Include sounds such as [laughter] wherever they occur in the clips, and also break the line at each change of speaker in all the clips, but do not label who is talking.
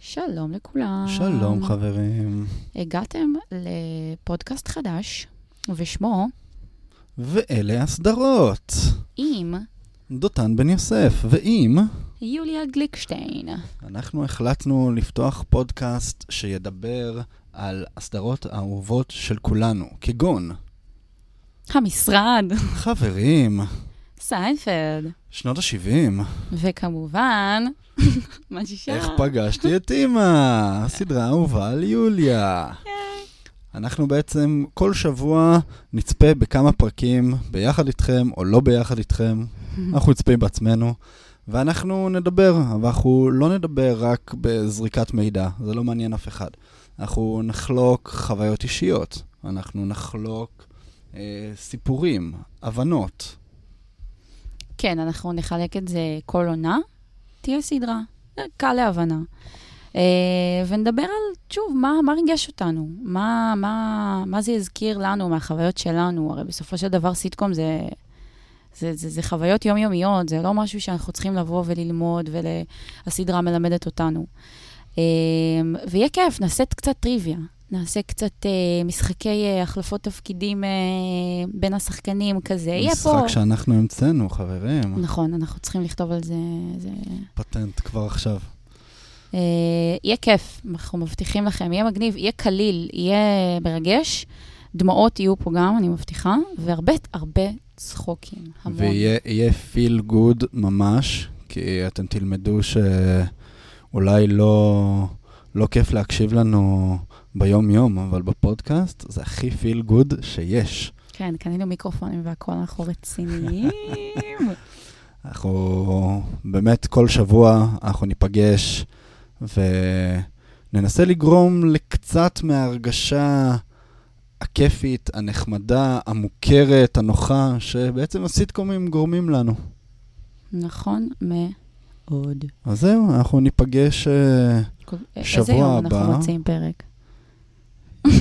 שלום לכולם.
שלום חברים,
הגעתם לפודקאסט חדש, ושמו
ואלה הסדרות.
עם
דותן בן יוסף, ואם
יוליה גליקשטיין.
אנחנו החלטנו לפתוח פודקאסט שידבר על הסדרות האהובות של כולנו, כגון
המשרד. [laughs]
חברים,
סיינפלד.
שנות ה-70,
וכמובן, [laughs] מה ששם.
איך פגשתי את אימא, הסדרה האהובה על יוליה.
כן.
אנחנו בעצם כל שבוע נצפה בכמה פרקים ביחד איתכם או לא
[laughs]
ביחד איתכם, אנחנו נצפה בעצמנו, ואנחנו נדבר, אבל אנחנו לא נדבר רק בזריקת מידע, זה לא מעניין אף אחד. אנחנו נחלוק חוויות אישיות, אנחנו נחלוק אה, סיפורים, הבנות.
כן, אנחנו נחלק את זה כל עונה, תהיה סדרה, זה קל להבנה. אה, ונדבר על, שוב, מה, מה ריגש אותנו? מה, מה, מה זה הזכיר לנו מהחוויות שלנו? הרי בסופו של דבר סיטקום זה, זה, זה, זה חוויות יומיומיות, זה לא משהו שאנחנו צריכים לבוא וללמוד והסדרה מלמדת אותנו. אה, ויהיה כיף, נעשה קצת טריוויה. נעשה קצת אה, משחקי אה, החלפות תפקידים אה, בין השחקנים כזה. יהיה פה...
משחק שאנחנו המצאנו, חברים.
נכון, אנחנו צריכים לכתוב על זה... זה...
פטנט כבר עכשיו.
אה, יהיה כיף, אנחנו מבטיחים לכם, יהיה מגניב, יהיה קליל, יהיה מרגש. דמעות יהיו פה גם, אני מבטיחה, והרבה הרבה צחוקים. המון.
ויהיה פיל גוד ממש, כי אתם תלמדו שאולי לא, לא כיף להקשיב לנו ביום-יום, אבל בפודקאסט זה הכי פיל גוד שיש.
כן, קנינו מיקרופונים והכול, אנחנו רציניים.
אנחנו באמת כל שבוע אנחנו ניפגש וננסה לגרום לקצת מההרגשה הכיפית, הנחמדה, המוכרת, הנוחה, שבעצם הסיטקומים גורמים לנו.
נכון מאוד.
אז זהו, אנחנו ניפגש אה,
כל- איזה
שבוע
יום אנחנו
הבא.
מוציאים פרק?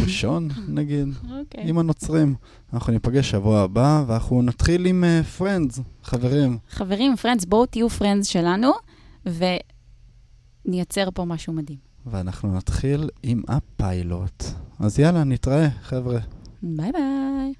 ראשון, נגיד,
אוקיי.
עם הנוצרים. אנחנו ניפגש שבוע הבא, ואנחנו נתחיל עם פרנדס, חברים.
חברים, פרנדס, בואו תהיו פרנדס שלנו, ונייצר פה משהו מדהים.
ואנחנו נתחיל עם הפיילוט. אז יאללה, נתראה, חבר'ה.
ביי ביי.